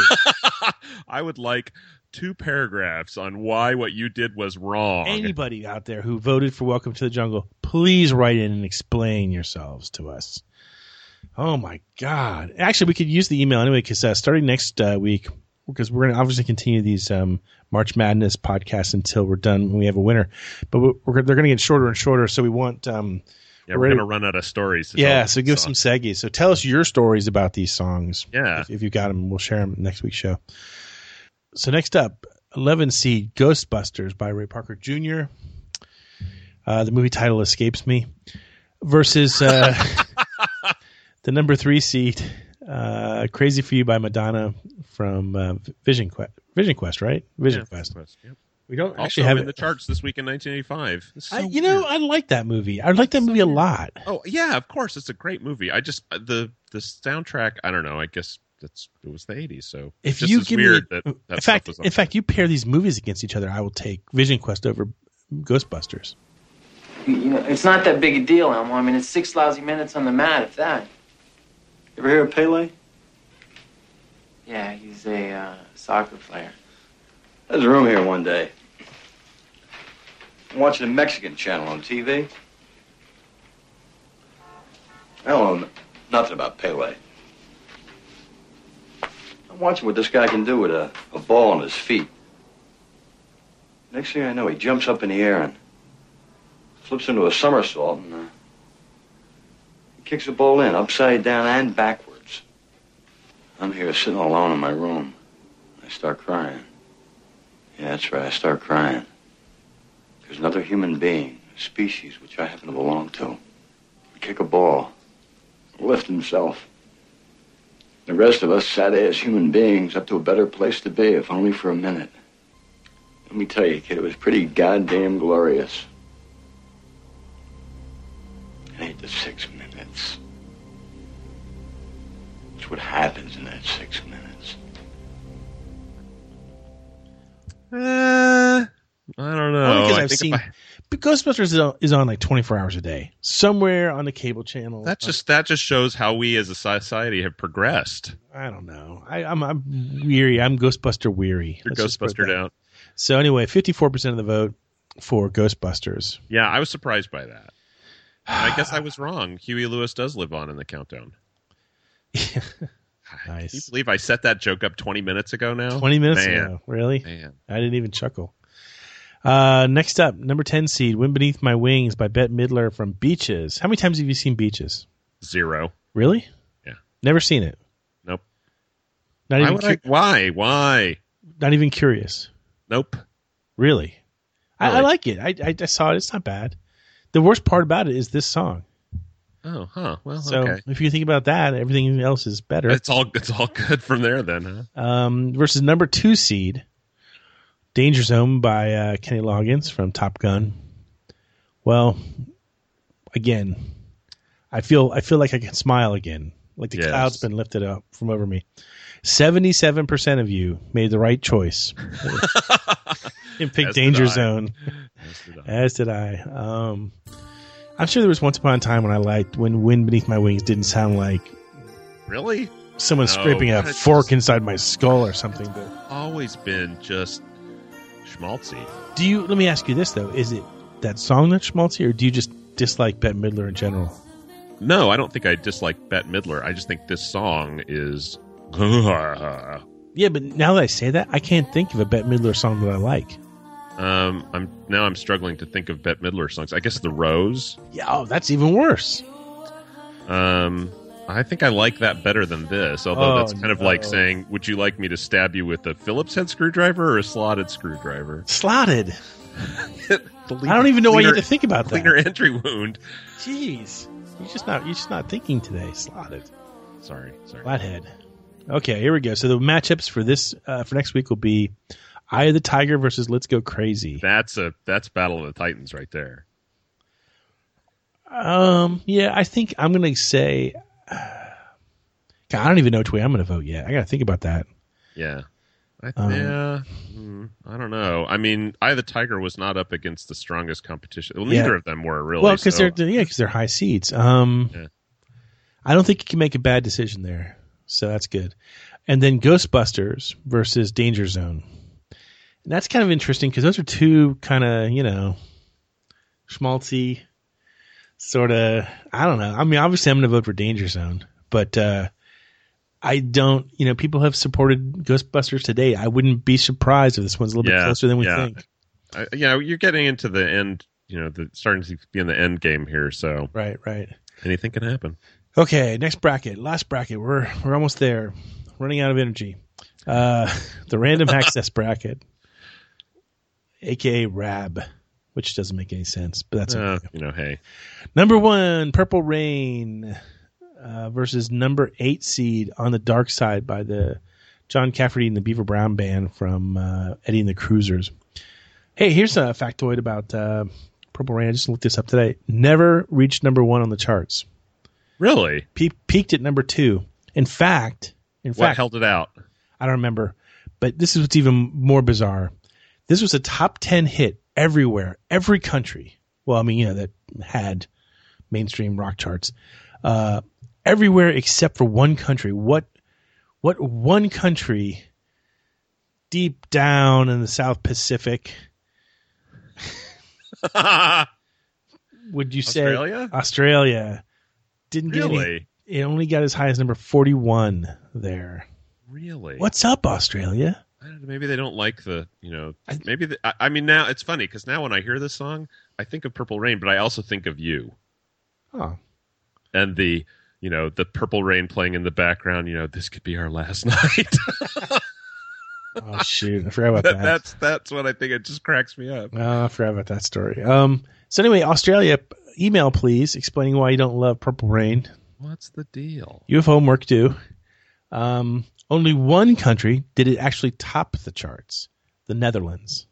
[SPEAKER 1] I would like two paragraphs on why what you did was wrong.
[SPEAKER 2] Anybody out there who voted for "Welcome to the Jungle," please write in and explain yourselves to us. Oh my God! Actually, we could use the email anyway because uh, starting next uh, week, because we're going to obviously continue these um, March Madness podcasts until we're done when we have a winner. But we're, we're, they're going to get shorter and shorter, so we want. Um,
[SPEAKER 1] Yeah, we're
[SPEAKER 2] ready-
[SPEAKER 1] gonna run out of stories. to
[SPEAKER 2] yeah,
[SPEAKER 1] tell
[SPEAKER 2] so give us
[SPEAKER 1] song.
[SPEAKER 2] some seggies. So tell us your stories about these songs.
[SPEAKER 1] Yeah.
[SPEAKER 2] If, if you've got them, we'll share them next week's show. So next up, 11 seed Ghostbusters by Ray Parker Jr. Uh, the movie title escapes me. Versus uh, the number three seed uh, Crazy for You by Madonna from uh, Vision Quest. Vision Quest, right? Vision
[SPEAKER 1] Yeah.
[SPEAKER 2] Quest.
[SPEAKER 1] Yep.
[SPEAKER 2] We don't
[SPEAKER 1] Also
[SPEAKER 2] actually have
[SPEAKER 1] in the
[SPEAKER 2] it.
[SPEAKER 1] charts this week in 1985. It's so
[SPEAKER 2] I, you know,
[SPEAKER 1] weird.
[SPEAKER 2] I like that movie. I like that movie a lot.
[SPEAKER 1] oh yeah, of course, it's a great movie. I just uh, the the soundtrack. I don't know. I guess that's it was the 80s, so
[SPEAKER 2] if
[SPEAKER 1] just
[SPEAKER 2] you
[SPEAKER 1] as
[SPEAKER 2] give
[SPEAKER 1] weird
[SPEAKER 2] me,
[SPEAKER 1] that, that
[SPEAKER 2] in
[SPEAKER 1] stuff
[SPEAKER 2] fact,
[SPEAKER 1] was on
[SPEAKER 2] in fact, you pair these movies against each other, I will take Vision Quest over Ghostbusters.
[SPEAKER 5] You know, it's not that big a deal, Elmo. I mean, it's six lousy minutes on the mat, if that.
[SPEAKER 11] Ever hear of Pele?
[SPEAKER 5] Yeah, he's a uh, soccer player.
[SPEAKER 11] There's a room here one day. I'm watching a Mexican channel on TV. I don't know nothing about Pele. I'm watching what this guy can do with a, a ball on his feet. Next thing I know, he jumps up in the air and flips into a somersault and uh, kicks the ball in upside down and backwards. I'm here sitting all alone in my room. I start crying. Yeah, that's right. I start crying. There's another human being, a species which I happen to belong to. Kick a ball, lift himself. The rest of us sat as human beings up to a better place to be, if only for a minute. Let me tell you, kid, it was pretty goddamn glorious. It ain't the six minutes. It's what happens in that six minutes.
[SPEAKER 1] it. Uh, I don't know.
[SPEAKER 2] Only because
[SPEAKER 1] Oh, I
[SPEAKER 2] I've
[SPEAKER 1] think if
[SPEAKER 2] seen
[SPEAKER 1] I-
[SPEAKER 2] but Ghostbusters is on, is on like twenty four hours a day somewhere on the cable channel.
[SPEAKER 1] that just that just shows how we as a society have progressed.
[SPEAKER 2] I don't know. I, I'm I'm weary. I'm Ghostbuster weary.
[SPEAKER 1] You're
[SPEAKER 2] Let's just put it
[SPEAKER 1] Ghostbustered
[SPEAKER 2] that-
[SPEAKER 1] out.
[SPEAKER 2] So anyway, fifty four percent of the vote for Ghostbusters.
[SPEAKER 1] Yeah, I was surprised by that. I guess I was wrong. Huey Lewis does live on in the countdown. Can you
[SPEAKER 2] Nice.
[SPEAKER 1] believe I set that joke up 20 minutes ago now?
[SPEAKER 2] Twenty minutes
[SPEAKER 1] Man,
[SPEAKER 2] ago, really?
[SPEAKER 1] Man.
[SPEAKER 2] I didn't even chuckle. Uh, next up, number ten seed, "Wind Beneath My Wings" by Bette Midler from Beaches. How many times have you seen Beaches?
[SPEAKER 1] Zero.
[SPEAKER 2] Really?
[SPEAKER 1] Yeah.
[SPEAKER 2] Never seen it.
[SPEAKER 1] Nope.
[SPEAKER 2] Not
[SPEAKER 1] Why
[SPEAKER 2] even
[SPEAKER 1] would I, why? Why?
[SPEAKER 2] not even curious.
[SPEAKER 1] Nope.
[SPEAKER 2] Really. I, I
[SPEAKER 1] Really?
[SPEAKER 2] like it. I, I I saw it. It's not bad. The worst part about it is this song.
[SPEAKER 1] Oh, huh. Well,
[SPEAKER 2] So
[SPEAKER 1] okay.
[SPEAKER 2] if you think about that, everything else is better.
[SPEAKER 1] It's all it's all good from there then, huh?
[SPEAKER 2] Um, versus number two seed, Danger Zone by uh, Kenny Loggins from Top Gun. Well, again, I feel I feel like I can smile again. Like the
[SPEAKER 1] Yes.
[SPEAKER 2] cloud's been lifted up from over me. Seventy-seven percent of you made the right choice and picked
[SPEAKER 1] As did
[SPEAKER 2] Danger
[SPEAKER 1] I.
[SPEAKER 2] Zone. As did I. Um, I'm sure there was once upon a time when I liked when "Wind Beneath My Wings" didn't sound like Uh,
[SPEAKER 1] Really?
[SPEAKER 2] someone
[SPEAKER 1] No,
[SPEAKER 2] scraping a
[SPEAKER 1] that's-
[SPEAKER 2] fork inside my skull or something. But
[SPEAKER 1] Always been just schmaltzy.
[SPEAKER 2] Do you? Let me ask you this though: Is it that song that's schmaltzy, or do you just dislike Bette Midler in general?
[SPEAKER 1] No, I don't think I dislike Bette Midler. I just think this song is um
[SPEAKER 2] Yeah, but now that I say that, I can't think of a Bette Midler song that I like.
[SPEAKER 1] I'm now I'm struggling to think of Bette Midler songs. I guess The Rose.
[SPEAKER 2] Yeah, oh, that's even worse.
[SPEAKER 1] Um, I think I like that better than this. Although
[SPEAKER 2] Oh,
[SPEAKER 1] that's kind of like
[SPEAKER 2] no.
[SPEAKER 1] saying, "Would you like me to stab you with a Phillips head screwdriver or a slotted screwdriver?"
[SPEAKER 2] Slotted.
[SPEAKER 1] The
[SPEAKER 2] I don't even know why you had
[SPEAKER 1] cleaner-
[SPEAKER 2] to think about that.
[SPEAKER 1] Cleaner entry wound.
[SPEAKER 2] Jeez, you're just not you're just not thinking today. Slotted,
[SPEAKER 1] Sorry, sorry.
[SPEAKER 2] flathead. Okay, here we go. So the matchups for this uh, for next week will be Eye of the Tiger versus Let's Go Crazy.
[SPEAKER 1] That's a that's Battle of the Titans right there.
[SPEAKER 2] Um, yeah, I think I'm gonna say. God, I don't even know which way I'm gonna vote yet. I gotta think about that.
[SPEAKER 1] Yeah. I,
[SPEAKER 2] Um,
[SPEAKER 1] yeah, Hmm, I don't know. I mean, I the Tiger was not up against the strongest competition. Well,
[SPEAKER 2] Yeah.
[SPEAKER 1] neither of them were really.
[SPEAKER 2] Well, because
[SPEAKER 1] so-
[SPEAKER 2] they're yeah, because they're high seeds. Um,
[SPEAKER 1] Yeah.
[SPEAKER 2] I don't think you can make a bad decision there, so that's good. And then Ghostbusters versus Danger Zone, and that's kind of interesting because those are two kind of you know schmaltzy sort of. I don't know. I mean, obviously, I'm going to vote for Danger Zone, But uh, I don't. You know, people have supported Ghostbusters today. I wouldn't be surprised if this one's a little bit closer than we
[SPEAKER 1] yeah.
[SPEAKER 2] think.
[SPEAKER 1] Uh, yeah, you're getting into the end. You know, the starting to be in the end game here. So
[SPEAKER 2] right, right.
[SPEAKER 1] Anything can happen.
[SPEAKER 2] Okay, next bracket, last bracket. We're we're almost there. Running out of energy. Uh, the random access bracket, aka RAB, which doesn't make any sense, but that's
[SPEAKER 1] Uh,
[SPEAKER 2] okay.
[SPEAKER 1] you know, hey,
[SPEAKER 2] Number one, Purple Rain uh, versus number eight seed on the Dark Side by the John Cafferty and the Beaver Brown Band from uh, Eddie and the Cruisers. Hey, here's a factoid about uh, Purple Rain. I just looked this up today. Never reached number one on the charts.
[SPEAKER 1] Really?
[SPEAKER 2] Pe- peaked at number two. In fact, in
[SPEAKER 1] what
[SPEAKER 2] fact,
[SPEAKER 1] held it out?
[SPEAKER 2] I don't remember, but this is what's even more bizarre. This was a top 10 hit everywhere, every country. Well, I mean, you know, that had mainstream rock charts. Uh, everywhere except for one country. What what one country deep down in the South Pacific would you say
[SPEAKER 1] Australia?
[SPEAKER 2] Australia didn't get any,
[SPEAKER 1] Really?
[SPEAKER 2] it only got as high as number 41 there.
[SPEAKER 1] Really?
[SPEAKER 2] What's up Australia?
[SPEAKER 1] I don't know, maybe they don't like the you know. Maybe the, I, I mean now it's funny because now when I hear this song, I think of Purple Rain, but I also think of you
[SPEAKER 2] Oh.
[SPEAKER 1] and the you know the Purple Rain playing in the background. You know, this could be our last night.
[SPEAKER 2] Oh shoot, I forgot about
[SPEAKER 1] That-
[SPEAKER 2] that.
[SPEAKER 1] that's that's what I think. It just cracks me up.
[SPEAKER 2] Oh, I forgot about that story. Um. So anyway, Australia, p- email please explaining why you don't love Purple Rain.
[SPEAKER 1] What's the deal?
[SPEAKER 2] You have homework due. Um. Only one country did it actually top the charts. The Netherlands.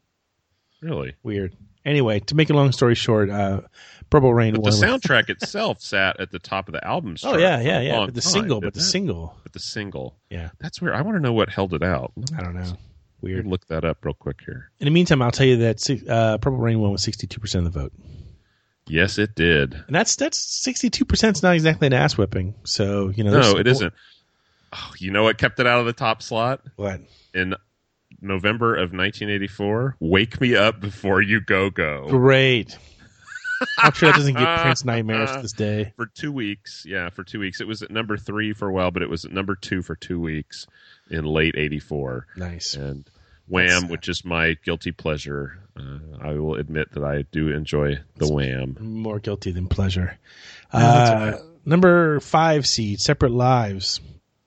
[SPEAKER 1] Really?
[SPEAKER 2] Weird. Anyway, to make a long story short, uh, Purple Rain.
[SPEAKER 1] But the
[SPEAKER 2] won with-
[SPEAKER 1] soundtrack itself sat at the top of the albums.
[SPEAKER 2] Oh
[SPEAKER 1] chart
[SPEAKER 2] yeah,
[SPEAKER 1] for
[SPEAKER 2] yeah,
[SPEAKER 1] a
[SPEAKER 2] yeah.
[SPEAKER 1] long
[SPEAKER 2] But the
[SPEAKER 1] time,
[SPEAKER 2] single, but the
[SPEAKER 1] didn't it?
[SPEAKER 2] single.
[SPEAKER 1] But the single.
[SPEAKER 2] Yeah.
[SPEAKER 1] That's weird. I want to know what held it out.
[SPEAKER 2] I don't know.
[SPEAKER 1] Weird.
[SPEAKER 2] Weird.
[SPEAKER 1] Look that up real quick here.
[SPEAKER 2] In the meantime, I'll tell you that si- uh, Purple Rain won with sixty-two percent of the vote.
[SPEAKER 1] Yes, it did.
[SPEAKER 2] And that's that's sixty-two percent is not exactly an ass whipping. So you know,
[SPEAKER 1] No,
[SPEAKER 2] there's-
[SPEAKER 1] it isn't. Oh, you know what kept it out of the top slot
[SPEAKER 2] What?
[SPEAKER 1] in November of 1984? "Wake Me Up Before You Go Go."
[SPEAKER 2] Great. I'm sure that doesn't give Prince nightmares to this day.
[SPEAKER 1] For two weeks, yeah, for two weeks. It was at number three for a while, but it was at number two for two weeks in late '84.
[SPEAKER 2] Nice.
[SPEAKER 1] and
[SPEAKER 2] That's
[SPEAKER 1] Wham,
[SPEAKER 2] sad.
[SPEAKER 1] which is my guilty pleasure. Uh, I will admit that I do enjoy the Wham.
[SPEAKER 2] More guilty than pleasure. Uh, Number five seed, Separate Lives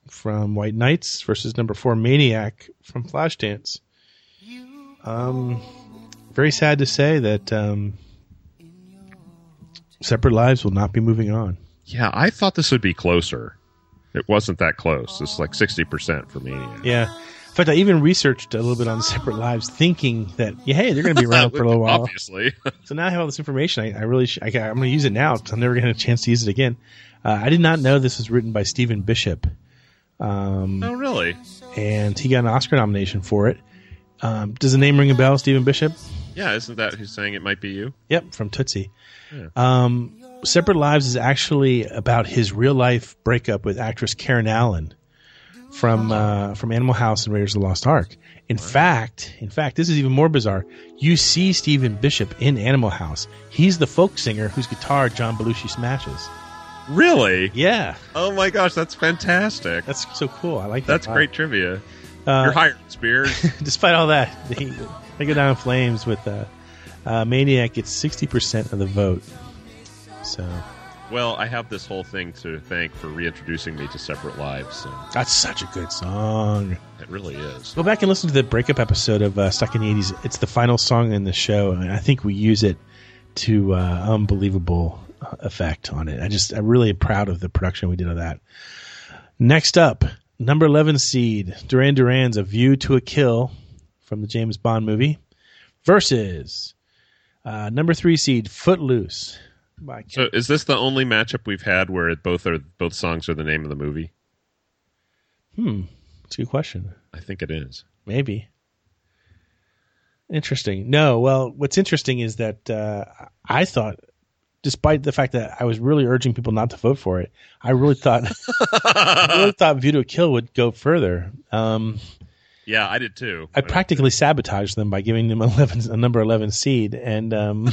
[SPEAKER 2] from White Knights versus number four, Maniac from Flashdance. Um, very sad to say that um, Separate Lives will not be moving on.
[SPEAKER 1] Yeah, I thought this would be closer. It wasn't that close. It's like sixty percent for me.
[SPEAKER 2] Yeah. In fact, I even researched a little bit on Separate Lives, thinking that, yeah, hey, they're going to be around for a little while.
[SPEAKER 1] Obviously,
[SPEAKER 2] So now I have all this information. I, I really, sh- I, ca- I'm going to use it now. 'cause I'm never going to have a chance to use it again. Uh, I did not know this was written by Stephen Bishop, Hmm.
[SPEAKER 1] oh really?
[SPEAKER 2] and he got an Oscar nomination for it. Um, does the name ring a bell, Stephen Bishop?
[SPEAKER 1] Yeah, isn't that who's saying it might be you?
[SPEAKER 2] Yep, from Tootsie. Hmm. Um, Separate Lives is actually about his real life breakup with actress Karen Allen from uh, from Animal House and Raiders of the Lost Ark. In fact, in fact, this is even more bizarre. You see Stephen Bishop in Animal House. He's the folk singer whose guitar John Belushi smashes.
[SPEAKER 1] Really?
[SPEAKER 2] Yeah,
[SPEAKER 1] Oh my gosh, that's fantastic. That's,
[SPEAKER 2] that's so cool. I like that. a lot. Uh,
[SPEAKER 1] great trivia. You're hired, Spears.
[SPEAKER 2] Despite all that, they, they go down in flames with uh, uh, Maniac gets sixty percent of the vote. So
[SPEAKER 1] well, I have this whole thing to thank for reintroducing me to separate lives. So
[SPEAKER 2] that's such a good song.
[SPEAKER 1] it really is.
[SPEAKER 2] Go back and listen to the breakup episode of uh, Stuck in the Eighties. It's the final song in the show, and I think we use it to uh, unbelievable uh, effect on it. I just I'm really proud of the production we did of that. Next up, number eleven seed Duran Duran's "A View to a Kill" from the James Bond movie versus uh, number three seed Footloose by
[SPEAKER 1] So, is this the only matchup we've had where both are both songs are the name of the movie?
[SPEAKER 2] That's a good question.
[SPEAKER 1] I think it is.
[SPEAKER 2] Maybe. Interesting. No, well, what's interesting is that uh, I thought, despite the fact that I was really urging people not to vote for it, I really thought, I really thought View to a Kill would go further. Um,
[SPEAKER 1] Yeah, I did too.
[SPEAKER 2] I practically sabotaged them by giving them 11, a number 11 seed, and um,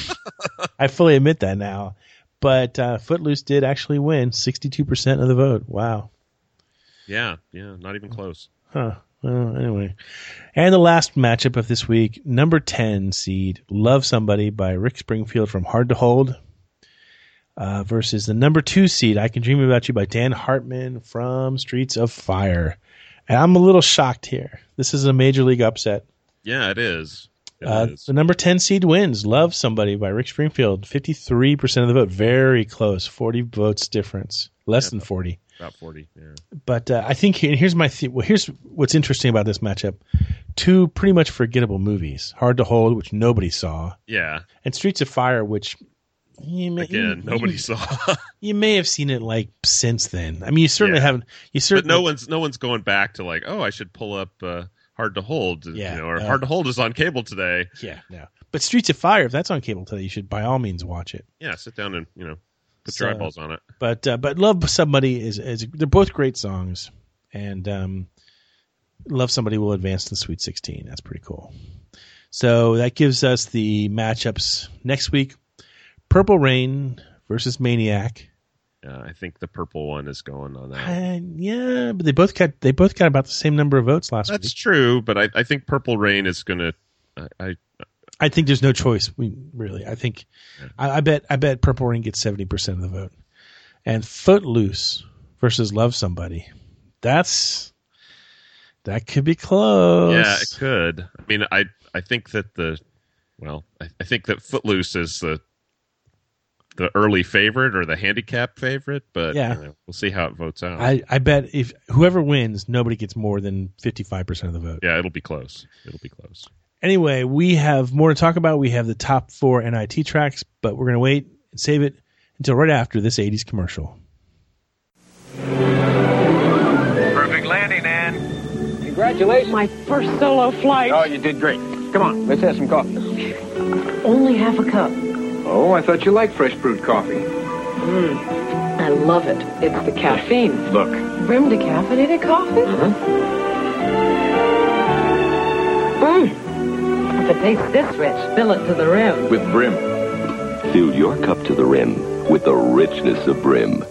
[SPEAKER 2] I fully admit that now. But uh, Footloose did actually win 62% of the vote. Wow.
[SPEAKER 1] Yeah, yeah, not even close.
[SPEAKER 2] Huh. Well, anyway. And the last matchup of this week, number 10 seed, Love Somebody by Rick Springfield from Hard to Hold uh, versus the number two seed, I Can Dream About You by Dan Hartman from Streets of Fire. And I'm a little shocked here. This is a major league upset.
[SPEAKER 1] Yeah, it is. It
[SPEAKER 2] Uh,
[SPEAKER 1] is.
[SPEAKER 2] the number 10 seed wins. Love Somebody by Rick Springfield. 53% of the vote. Very close. 40 votes difference. Less than 40.
[SPEAKER 1] About forty. Yeah.
[SPEAKER 2] But uh, I think here, here's my the- well, here's what's interesting about this matchup: two pretty much forgettable movies, Hard to Hold, which nobody saw,
[SPEAKER 1] Yeah.
[SPEAKER 2] and Streets of Fire, which you may,
[SPEAKER 1] Again,
[SPEAKER 2] you-
[SPEAKER 1] nobody
[SPEAKER 2] You,
[SPEAKER 1] saw.
[SPEAKER 2] you may have seen it like since then. I mean, you certainly
[SPEAKER 1] Yeah.
[SPEAKER 2] haven't. You
[SPEAKER 1] but
[SPEAKER 2] certainly
[SPEAKER 1] no one's no one's going back to like, oh, I should pull up uh, Hard to Hold.
[SPEAKER 2] Yeah,
[SPEAKER 1] you know, or
[SPEAKER 2] no.
[SPEAKER 1] Hard to Hold is on cable today.
[SPEAKER 2] Yeah, no. But Streets of Fire, if that's on cable today, you should by all means watch it.
[SPEAKER 1] Yeah, sit down and you know put
[SPEAKER 2] So-
[SPEAKER 1] your eyeballs on it.
[SPEAKER 2] But uh, but Love Somebody is is they're both great songs, and um, Love Somebody will advance to the Sweet Sixteen. That's pretty cool. So that gives us the matchups next week: Purple Rain versus Maniac.
[SPEAKER 1] Yeah, I think the purple one is going on that.
[SPEAKER 2] And yeah, but they both got they both got about the same number of votes last
[SPEAKER 1] That's
[SPEAKER 2] week.
[SPEAKER 1] true, but I, I think Purple Rain is gonna. I, I
[SPEAKER 2] I think there's no choice. We really, I think, I, I bet, I bet Purple Rain gets seventy percent of the vote, and Footloose versus Love Somebody. That's that could be close.
[SPEAKER 1] yeah, it could. I mean, I I think that the well, I, I think that Footloose is the the early favorite or the handicap favorite, but
[SPEAKER 2] Yeah.
[SPEAKER 1] you know, we'll see how it votes out.
[SPEAKER 2] I, I bet if whoever wins, nobody gets more than fifty five percent of the vote.
[SPEAKER 1] yeah, it'll be close. It'll be close.
[SPEAKER 2] Anyway, we have more to talk about. We have the top four NIT tracks, but we're gonna wait and save it until right after this '80s commercial.
[SPEAKER 4] Perfect landing, Ann.
[SPEAKER 12] Congratulations. My first solo flight.
[SPEAKER 4] Oh, you did great. Come on, let's have some coffee.
[SPEAKER 12] Only half a cup.
[SPEAKER 4] Oh, I thought you liked fresh brewed coffee.
[SPEAKER 12] Hmm. I love it. It's the caffeine.
[SPEAKER 4] Look, Uh-huh.
[SPEAKER 12] Brim decaffeinated coffee? Mm-hmm. Mmm. If it tastes this rich, fill it to the rim.
[SPEAKER 4] with brim.
[SPEAKER 13] Fill your cup to the rim with the richness of brim.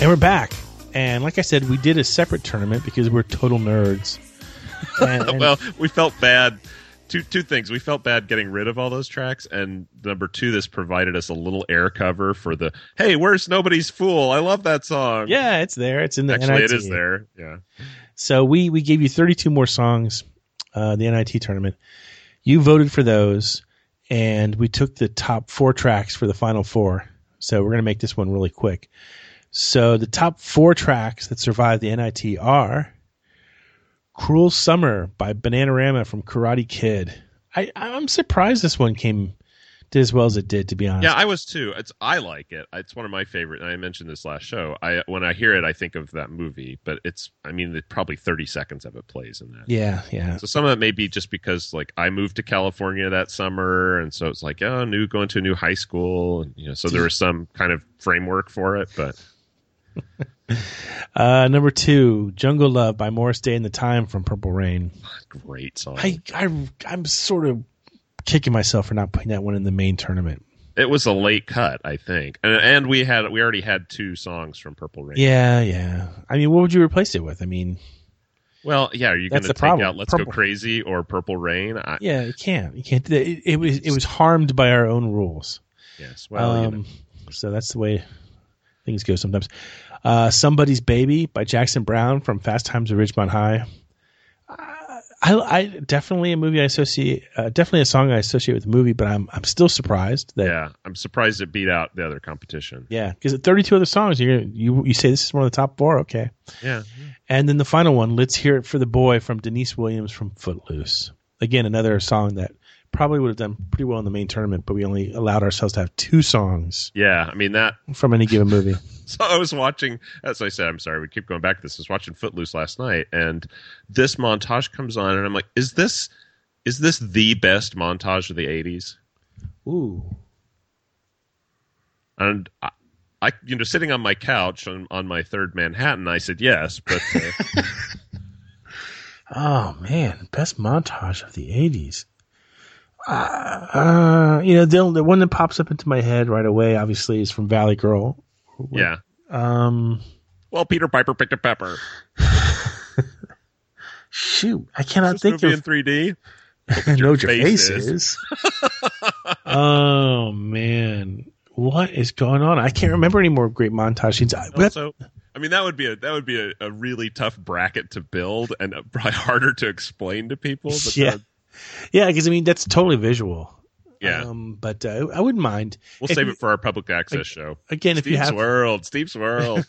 [SPEAKER 2] And we're back. And like I said, we did a separate tournament because we're total nerds. And- and-
[SPEAKER 1] well, we felt bad. Two two things. We felt bad getting rid of all those tracks, and number two, this provided us a little air cover for the "Hey, where's nobody's fool?" I love that song.
[SPEAKER 2] yeah, it's there. It's in the
[SPEAKER 1] actually,
[SPEAKER 2] NIT.
[SPEAKER 1] it is there. Yeah,
[SPEAKER 2] So we we gave you 32 more songs, uh, the NIT tournament. You voted for those, and we took the top four tracks for the final four. So we're gonna make this one really quick. So the top four tracks that survived the NIT are "Cruel Summer" by Bananarama from Karate Kid. I I'm surprised this one came did as well as it did. To be honest,
[SPEAKER 1] yeah, I was too. It's I like it. It's one of my favorite. And I mentioned this last show. I when I hear it, I think of that movie. But it's I mean, the, probably thirty seconds of it plays in that.
[SPEAKER 2] yeah, yeah.
[SPEAKER 1] So some of it may be just because like I moved to California that summer, and so it's like oh, new going to a new high school, and, you know. So there was some kind of framework for it, but
[SPEAKER 2] Uh, number two, "Jungle Love" by Morris Day and the Time from Purple Rain.
[SPEAKER 1] great song.
[SPEAKER 2] I, I I'm sort of kicking myself for not putting that one in the main tournament.
[SPEAKER 1] it was a late cut, I think, and and we had we already had two songs from Purple Rain.
[SPEAKER 2] Yeah, yeah. I mean, what would you replace it with? I mean,
[SPEAKER 1] Well, yeah. Are you going
[SPEAKER 2] That's
[SPEAKER 1] to
[SPEAKER 2] the
[SPEAKER 1] take
[SPEAKER 2] problem.
[SPEAKER 1] out "Let's Go
[SPEAKER 2] Purple-
[SPEAKER 1] Crazy" or "Purple Rain"? I,
[SPEAKER 2] yeah, you can't. You can't. do that. It, it was it was harmed by our own rules.
[SPEAKER 1] Yes. Well, you know.
[SPEAKER 2] Um, so that's the way things go sometimes. Uh, Somebody's Baby by Jackson Brown from Fast Times at Ridgemont High. I, I, I definitely a movie I associate, uh, definitely a song I associate with the movie, but I'm I'm still surprised that
[SPEAKER 1] Yeah, I'm surprised it beat out the other competition.
[SPEAKER 2] yeah, because at 32 other songs, you're gonna, you you say this is one of the top four, okay?
[SPEAKER 1] Yeah.
[SPEAKER 2] And then the final one, Let's Hear It for the Boy from Denise Williams from Footloose. Again, another song that probably would have done pretty well in the main tournament, but we only allowed ourselves to have two songs
[SPEAKER 1] Yeah, I mean that
[SPEAKER 2] from any given movie.
[SPEAKER 1] so I was watching, as I said, I'm sorry, we keep going back to this. I was watching Footloose last night, and this montage comes on, and I'm like, is this is this the best montage of the '80s?
[SPEAKER 2] Ooh.
[SPEAKER 1] And I, I you know, sitting on my couch on on my third Manhattan, I said yes, but uh,
[SPEAKER 2] Oh man, best montage of the '80s. Uh, you know, the, only- the one that pops up into my head right away, obviously, is from Valley Girl.
[SPEAKER 1] yeah.
[SPEAKER 2] Um,
[SPEAKER 1] Well, Peter Piper picked a pepper.
[SPEAKER 2] shoot, I cannot
[SPEAKER 1] This
[SPEAKER 2] think
[SPEAKER 1] movie
[SPEAKER 2] of
[SPEAKER 1] in 3D.
[SPEAKER 2] I know what your
[SPEAKER 1] face
[SPEAKER 2] face is. oh man, what is going on? I can't remember any more great montage scenes. I, that-
[SPEAKER 1] Also, I mean that would be a that would be a, a really tough bracket to build and uh, probably harder to explain to people. But
[SPEAKER 2] yeah,
[SPEAKER 1] uh,
[SPEAKER 2] yeah, because I mean that's totally visual.
[SPEAKER 1] yeah.
[SPEAKER 2] Um, but uh, I wouldn't mind.
[SPEAKER 1] We'll
[SPEAKER 2] If
[SPEAKER 1] save
[SPEAKER 2] you-
[SPEAKER 1] it for our public access show.
[SPEAKER 2] again, if you
[SPEAKER 1] Steve's
[SPEAKER 2] have-
[SPEAKER 1] World, Steve's World.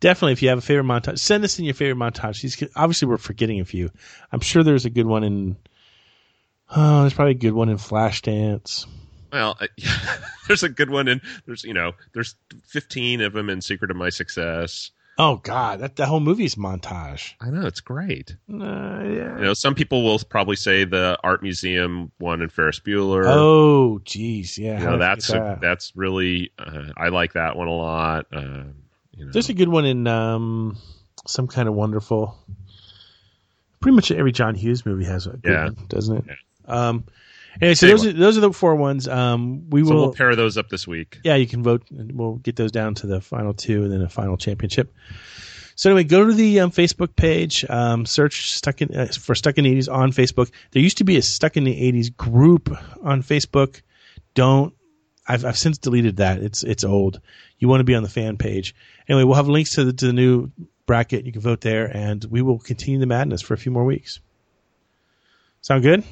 [SPEAKER 2] Definitely, if you have a favorite montage, send us in your favorite montage. These could- obviously we're forgetting a few. I'm sure there's a good one in. Oh, there's probably a good one in Flashdance.
[SPEAKER 1] well, I, there's a good one, and there's you know there's 15 of them in Secret of My Success.
[SPEAKER 2] Oh God, that that whole movie's montage.
[SPEAKER 1] I know it's great.
[SPEAKER 2] Uh, yeah.
[SPEAKER 1] You know, some people will probably say the art museum one in Ferris Bueller.
[SPEAKER 2] Oh, jeez, yeah.
[SPEAKER 1] you
[SPEAKER 2] how
[SPEAKER 1] know
[SPEAKER 2] did I
[SPEAKER 1] that's
[SPEAKER 2] forget
[SPEAKER 1] a,
[SPEAKER 2] that?
[SPEAKER 1] that's really uh, I like that one a lot. Uh, you know,
[SPEAKER 2] There's a good one in um, some kind of wonderful. Pretty much every John Hughes movie has a good
[SPEAKER 1] Yeah.
[SPEAKER 2] one, doesn't it? Um, anyway, so
[SPEAKER 1] Anyway.
[SPEAKER 2] those are, those are the four ones. Um, we
[SPEAKER 1] so
[SPEAKER 2] will.
[SPEAKER 1] we'll pair those up this week.
[SPEAKER 2] yeah, you can vote. and We'll get those down to the final two, and then a final championship. So anyway, go to the um, Facebook page. Um, search stuck in uh, for stuck in the eighties on Facebook. There used to be a stuck in the eighties group on Facebook. Don't. I've, I've since deleted that. It's it's old. You want to be on the fan page. Anyway, we'll have links to the, to the new bracket. You can vote there, and we will continue the madness for a few more weeks. Sound good?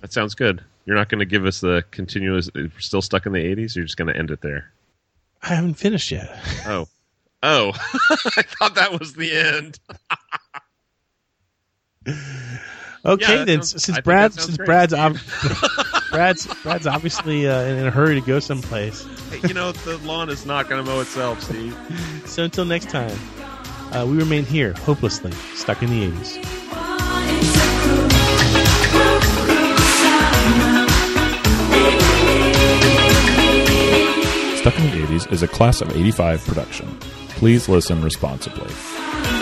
[SPEAKER 1] That sounds good. You're not going to give us the continuous. We're still stuck in the 80s. You're just going to end it there.
[SPEAKER 2] I haven't finished yet.
[SPEAKER 1] Oh, oh! I thought that was the end.
[SPEAKER 2] Okay,
[SPEAKER 1] that
[SPEAKER 2] then
[SPEAKER 1] sounds- I
[SPEAKER 2] since
[SPEAKER 1] think
[SPEAKER 2] Brad,
[SPEAKER 1] that sounds
[SPEAKER 2] since
[SPEAKER 1] great.
[SPEAKER 2] Brad's, ob- Brad's, Brad's obviously uh, in a hurry to go someplace.
[SPEAKER 1] Hey, you know the lawn is not going to mow itself, Steve.
[SPEAKER 2] So until next time, uh, we remain here, hopelessly stuck in the '80s.
[SPEAKER 14] Stuck in the 80s is a class of 85 production. Please listen responsibly.